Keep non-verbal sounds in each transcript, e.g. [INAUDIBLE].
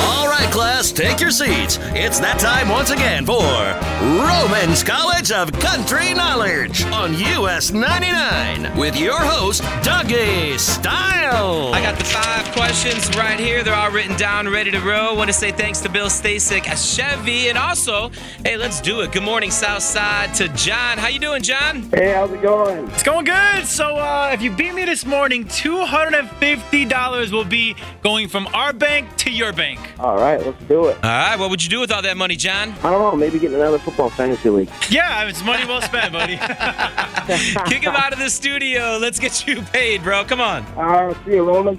All right, class, take your seats. It's that time once again for Roman's College of Country Knowledge on US 99 with your host, Dougie Style. I got the five questions right here. They're all written down, ready to roll. Want to say thanks to Bill Stasek, a Chevy, and also, hey, let's do it. Good morning, Southside, to John. How you doing, John? Hey, how's it going? It's going good. So uh, if you beat me this morning, $250 will be going from our bank to your bank. All right, let's do it. All right, what would you do with all that money, John? I don't know, maybe getting another football fantasy league. Yeah, it's money well spent, buddy. [LAUGHS] Kick him out of the studio. Let's get you paid, bro. Come on. All right, see you, Roman.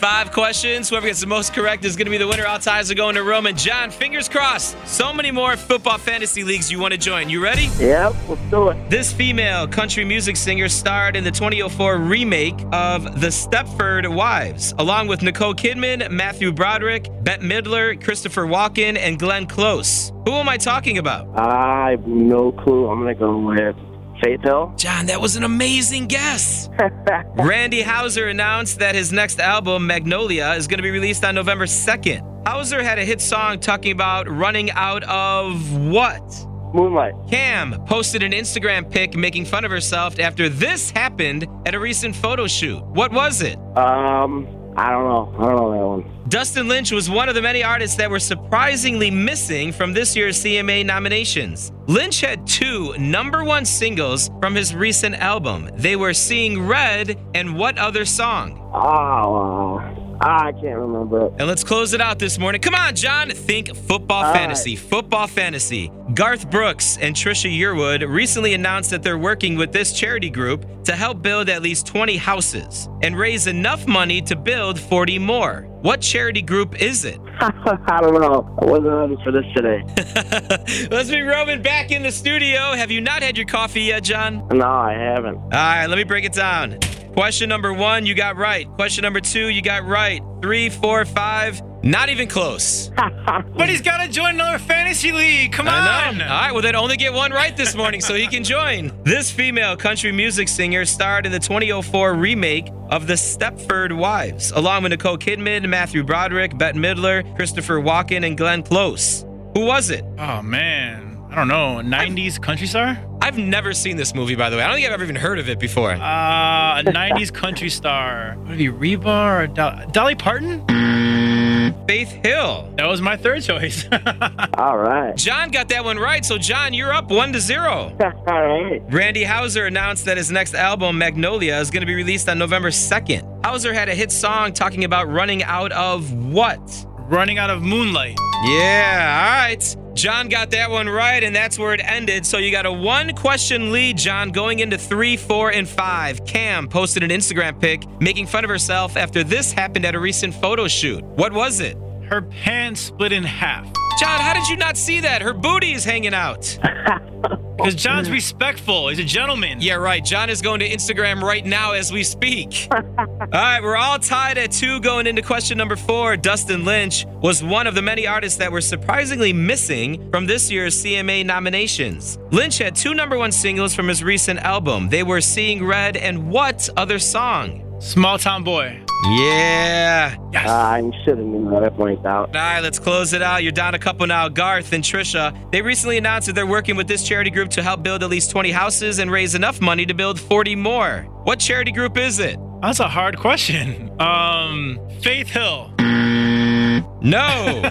Five questions. Whoever gets the most correct is going to be the winner. All ties are going to Roman. John, fingers crossed. So many more football fantasy leagues you want to join. You ready? Yep, let's do it. This female country music singer starred in the 2004 remake of The Stepford Wives, along with Nicole Kidman, Matthew Broderick, Bette Midler, Christopher Walken, and Glenn Close. Who am I talking about? I have no clue. I'm going to go with Faith Hill. John, that was an amazing guess. Randy Hauser announced that his next album, Magnolia, is going to be released on November 2nd. Hauser had a hit song talking about running out of what? Moonlight. Cam posted an Instagram pic making fun of herself after this happened at a recent photo shoot. What was it? Um, I don't know. I don't know that one. Dustin Lynch was one of the many artists that were surprisingly missing from this year's CMA nominations. Lynch had two number one singles from his recent album. They were Seeing Red and What Other Song? Oh, uh, I can't remember [LAUGHS] it. And let's close it out this morning. Come on, John. Think football All fantasy. Football fantasy. Garth Brooks and Trisha Yearwood recently announced that they're working with this charity group to help build at least 20 houses and raise enough money to build 40 more. What charity group is it? I don't know. I wasn't ready for this today. [LAUGHS] Let's be Roman back in the studio. Have you not had your coffee yet, John? no, I haven't. All right, let me break it down. Question number one, you got right. Question number two, you got right. Three, four, five, not even close. but he's got to join another fantasy league. Come I on. know. All right, well, then only get one right this morning, so he can join. This female country music singer starred in the 2004 remake of The Stepford Wives, along with Nicole Kidman, Matthew Broderick, Bette Midler, Christopher Walken, and Glenn Close. Who was it? Oh, man. I don't know. 90s country star? I've never seen this movie, by the way. I don't think I've ever even heard of it before. [LAUGHS] Uh, a 90s country star. Would it be Reba or Do- Dolly Parton? Faith Hill. That was my third choice. [LAUGHS] All right. John got that one right, so John, you're up one to zero. [LAUGHS] All right. Randy Hauser announced that his next album, Magnolia, is going to be released on November 2nd. Hauser had a hit song talking about running out of what? Running out of moonlight. Yeah, all right. John got that one right, and that's where it ended. So you got a one question lead, John, going into three, four, and five. Cam posted an Instagram pic making fun of herself after this happened at a recent photo shoot. What was it? Her pants split in half. John, how did you not see that? Her booty is hanging out. Because John's respectful. He's a gentleman. Mm. Yeah, right. John is going to Instagram right now as we speak. all right, we're all tied at two going into question number four. Dustin Lynch was one of the many artists that were surprisingly missing from this year's CMA nominations. Lynch had two number one singles from his recent album. They were Seeing Red and What Other Song? Small town boy. Yeah. Yes. Uh, I should have known that point out. All right, let's close it out. You're down a couple now. Garth and Trisha, they recently announced that they're working with this charity group to help build at least 20 houses and raise enough money to build 40 more. What charity group is it? That's a hard question. Um, Faith Hill. No.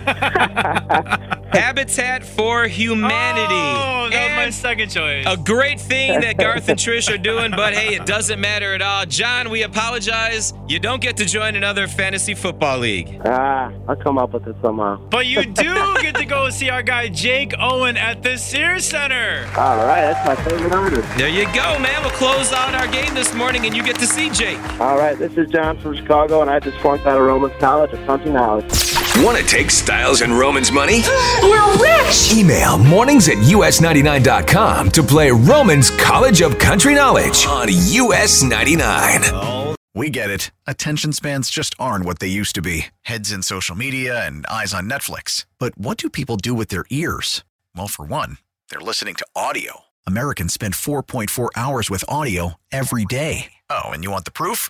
Habitat for Humanity. Oh, that was my And second choice. a great thing that Garth and Trish are doing, but hey, it doesn't matter at all. John, we apologize. You don't get to join another fantasy football league. Ah, I'll come up with it somehow. But [LAUGHS] you do get to go see our guy Jake Owen at the Sears Center. All right, that's my favorite artist. There you go, man. We'll close out our game this morning, and you get to see Jake. All right, this is John from Chicago, and I just flunked out of Roman's College of Country Knowledge. Want to take Styles and Roman's money? [GASPS] We're rich! Email mornings at us99.com to play Roman's College of Country Knowledge on US99. We get it. Attention spans just aren't what they used to be heads in social media and eyes on Netflix. But what do people do with their ears? Well, for one, they're listening to audio. Americans spend 4.4 hours with audio every day. Oh, and you want the proof?